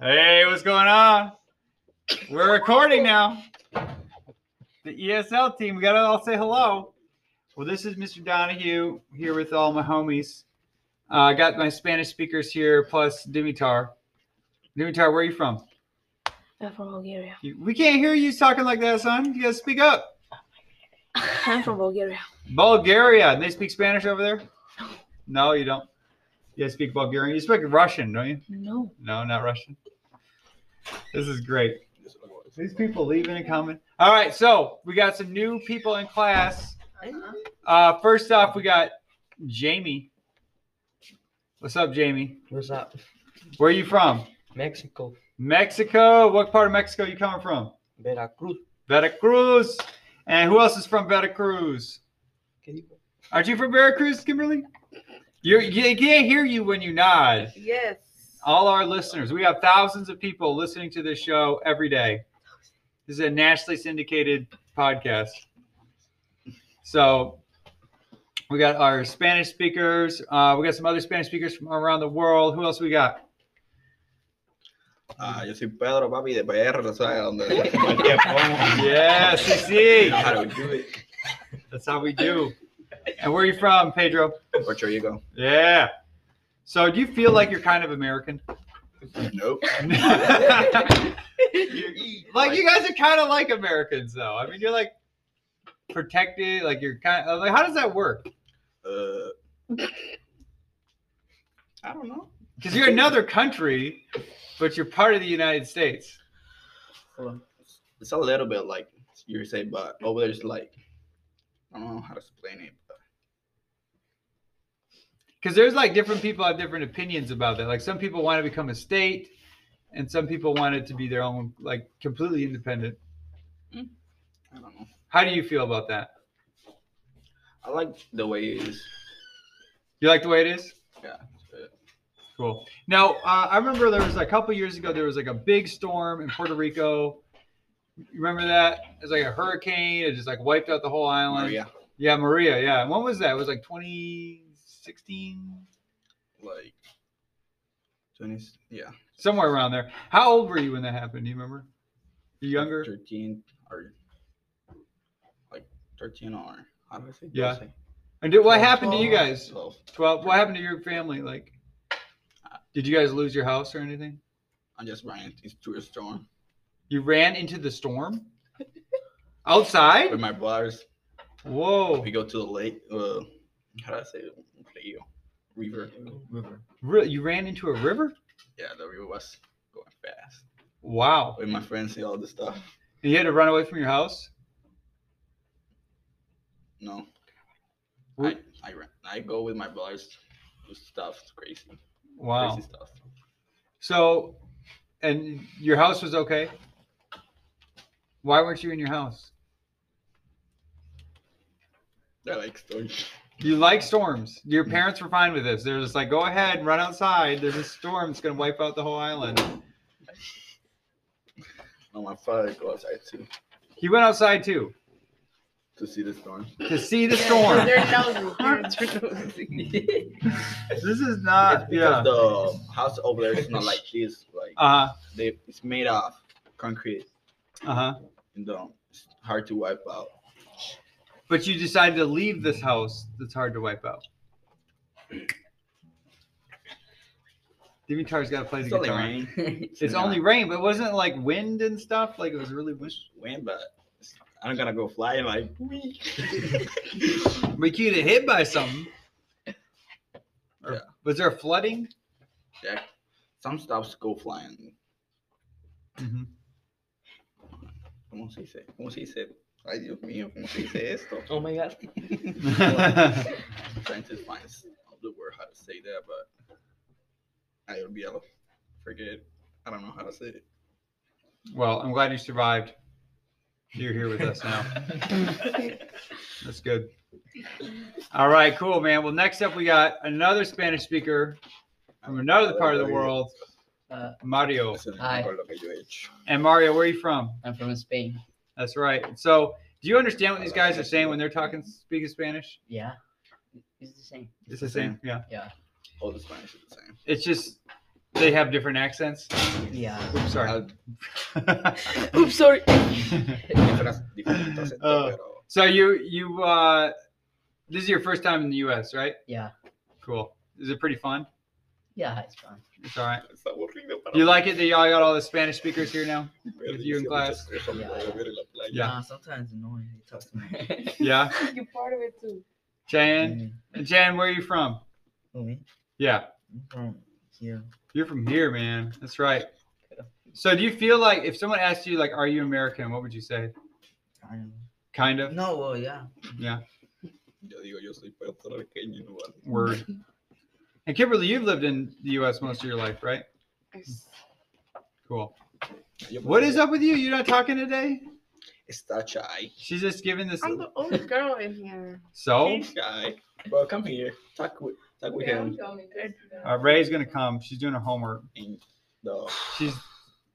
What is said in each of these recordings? Hey, what's going on? We're recording now. The ESL team, we gotta all say hello. Well, this is Mr. Donahue here with all my homies. Uh, I got my Spanish speakers here plus Dimitar. Dimitar, where are you from? I'm from Bulgaria. You, we can't hear you talking like that, son. You gotta speak up. I'm from Bulgaria. Bulgaria. And they speak Spanish over there? No, you don't. You guys speak Bulgarian. You speak Russian, don't you? No. No, not Russian. This is great. These people leaving and coming. All right, so we got some new people in class. Uh, first off, we got Jamie. What's up, Jamie? What's up? Where are you from? Mexico, Mexico. What part of Mexico you coming from? Veracruz. Veracruz. And who else is from Veracruz? ¿Qué dijo? Aren't you from Veracruz, Kimberly? You're, you you can't hear you when you nod. Yes. all our listeners. We have thousands of people listening to this show every day. This is a nationally syndicated podcast. So we got our Spanish speakers. Uh, we got some other Spanish speakers from around the world. Who else we got? Ah, yo soy Pedro, papi, de PR, ¿sabes? Donde Yes, CC. How do we do it? That's how we do. And where are you from, Pedro? Puerto Rico. Yeah. So do you feel like you're kind of American? Nope. like you guys are kind of like Americans, though. I mean, you're like protected. Like you're kind of like, how does that work? Uh, I don't know. Because you're another country, but you're part of the United States. It's a little bit like you say, but over there's like, I don't know how to explain it. But Because there's like different people have different opinions about that. Like some people want to become a state, and some people want it to be their own, like completely independent. I don't know. How do you feel about that? I like the way it is. You like the way it is? Yeah. Cool. Now, uh, I remember there was a couple years ago, there was like a big storm in Puerto Rico. You remember that? It was like a hurricane. It just like wiped out the whole island. Maria, Yeah, Maria. Yeah. And when was that? It was like 2016, like, 20, yeah. somewhere around there. How old were you when that happened? Do you remember? You younger? 13 or like 13 or how do I say? Yeah. And did, what happened to you guys? 12. 12. What happened to your family? Like, did you guys lose your house or anything? I just ran into a storm You ran into the storm? Outside? with my brothers. Whoa. We go to the lake. Uh, how do I say it? Rio, river. Really? You ran into a river? Yeah, the river was going fast. Wow. With my friends and all this stuff. And you had to run away from your house? No, I, Wh- I ran. I go with my brothers. Do stuff it's crazy, Wow. crazy stuff. So, and your house was okay? Why weren't you in your house? They're like stories. You like storms. Your parents were fine with this. They're just like, go ahead and run outside. There's a storm that's going to wipe out the whole island. No, my father goes outside too He went outside too to see the storm. to see the storm. They're nosy. Parents are nosy. this is It's not, because Ah, yeah. the house over there is not like this. Like Uh they, it's made of concrete huh. Uh huh. and um, it's hard to wipe out. But you decided to leave this house that's hard to wipe out. Dimitar's got to play the It's guitar. only rain. It's only rain, but it wasn't like wind and stuff. Like it was really wind. wind, but it's- I'm gonna go flying like. But you get hit by something. Or- Yeah. Was there flooding? some stuffs go flying. Mhm. ¿Cómo se dice? ¿Cómo se dice? Ay, Dios mío, ¿cómo se dice esto? Oh my god. Scientists find out the word how to say that, but I will be able to forget. I don't know how to say it. well, I'm glad you survived. You're here with us now. That's good. All right, cool, man. Well, next up, we got another Spanish speaker from another part of the world, Uh, Mario. Eso es Hi. mejor lo que yo he hecho. And Mario, where are you from? I'm from Spain. That's right. So, do you understand what these guys are saying when they're talking, speaking Spanish? Yeah. It's the same. It's the same. Yeah. All the Spanish is the same. It's just They have different accents. Yeah. Oops, sorry. Al- Uh, Oops, sorry. Diferentes, diferentes acentos, Oh. pero so you you uh, this is your first time in the U.S., right? Yeah. Cool. Is it pretty fun? Yeah, it's fun. It's all right. está aburrido para You mí, like it that y'all got all the Spanish speakers here now? pero with yo you in siempre class? estoy solo para beber en la playa. Yeah. Nah, sometimes annoying. They talk to me. Yeah. You're part of it too. Jan, Mm, Jan, where are you from? oh, me? Yeah. I'm from here. You're from here, man. That's right. So do you feel like if someone asked you like, "Are you American?" What would you say? I don't Kind of. know. No, well, yeah. Yeah. Yo digo, yo soy puertorriqueño, no vale. Word. And Kimberly, you've lived in the U.S. most of your life, right? Cool. Yo What prefería- is up with you? You're not talking today. Está chai. She's just giving this. I'm the only girl in here. So Chai. Bro, come here. Talk with, talk with him. uh, Ray's gonna come. She's doing her homework. And the, She's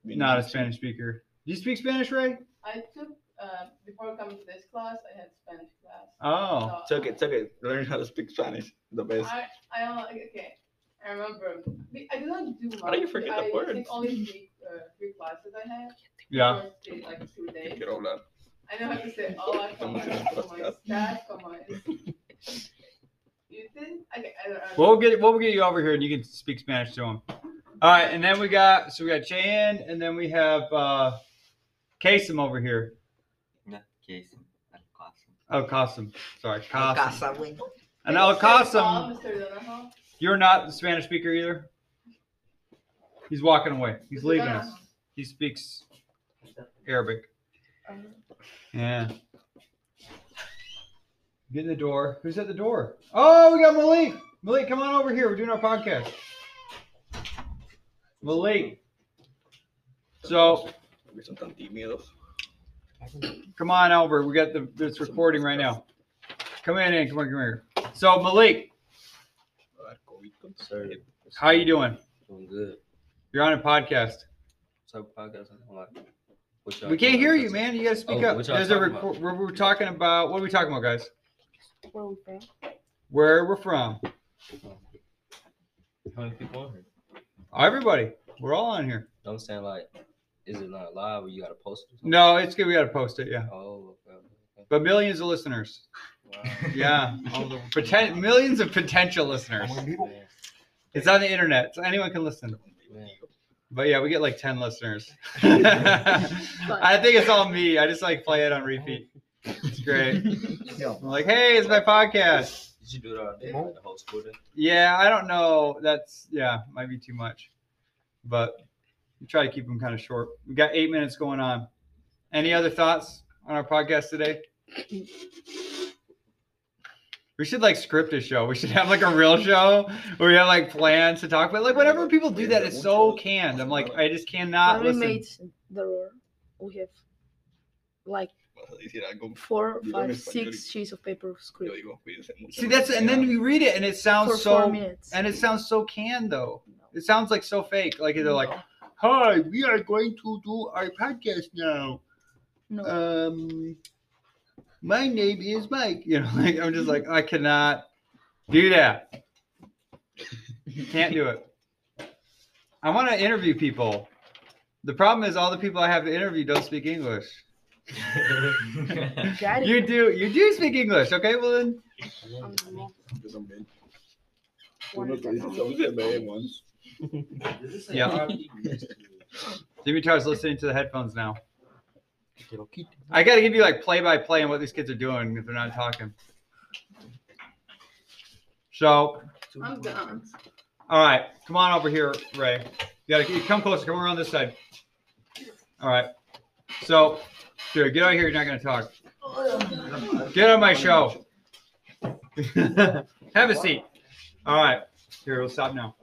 not a Spanish speaker. Do you speak Spanish, Ray? I took uh, before coming to this class. I had Spanish class. Oh, So Took it, took it. Learn how to speak Spanish. The best. I, I don't like- okay. I remember. I did not do much. How do you forget I the words? think only three, uh, three classes I had. yeah. First day, like two Yo days. quiero hablar. I know how to say all I come on, staff come on. You did? Okay, I don't We'll get we'll get you over here and you can speak Spanish to him. All right, and then we got so we got Chan, and then we have uh Kasem over here. Not Jason, Oh, not Clausen. Kasem. Sorry, Kasem. Casa, güey. And El Kasem, Mr. Donahoe. you're not a Spanish speaker either. He's walking away. He's Mr. leaving us. Donahoe. He speaks Arabic. Yeah. Get in the door. Who's at the door? Oh, we got Malik. Malik, come on over here. We're doing our podcast. Malik. So Porque son tan tímidos. come on over. We got the it's recording right now. Come in, in. Come on, come here. So Malik, Va a dar COVID con tu Sir. gente. how you doing? Doing good. You're on a podcast. So podcast and like. what y'all We can't doing? hear you, man. You gotta speak Oh, up. what y'all There's a talking record. We're, we're talking about what are we talking about, guys? Where we from? Where we're from. How many people on here? Everybody, we're all on here. I'm saying like, is it not live or you gotta post it? or No, it's good. We gotta post it. Yeah. something? Oh. Okay. okay. But millions of listeners. Wow. Yeah. All the poten- millions of potential listeners. Man, It's on the internet, so anyone can listen. man. But yeah, we get like 10 listeners. I think it's all me. I just like play it on repeat. It's great. Yo. I'm like, hey, it's my podcast. Did you do it all day? Like the whole school day? Yeah, I don't know. That's, yeah, might be too much. But we try to keep them kind of short. We got eight minutes going on. Any other thoughts on our podcast today? We should like script a show. We should have like a real show where we have like plans to talk about. Like whenever people do that, it's so canned. I'm like, I just cannot When we Ah, listen. made the roll, we have like Vas a decir algo. four, You don't five, understand, six sheets of paper Yo script digo, cuídense mucho. See, that's and then we read it and it for sounds four so minutes. and it sounds so canned though. No. It sounds like so fake. Like they're like, "Hi, we are going to do our podcast now." No. Um, my name is Mike. You know, like I'm just like I cannot do that. Can't do it. I want to interview people. The problem is all the people I have to interview don't speak English. Got it. You do. You do speak English. Okay, well then I'm the most Yo también. Tú no wanted te dices, to- "Somos de Demons." Yeah. Dimitar's listening to the headphones now. Te lo quito. I got to give you like play by play on what these kids are doing if they're not talking. So, I'm done. all right, come on over here, Ray. You got to come closer. Come around this side. All right. So, dude, get out of here. You're not going to talk. Get on my show. Have a seat. All right. Here, we'll stop now.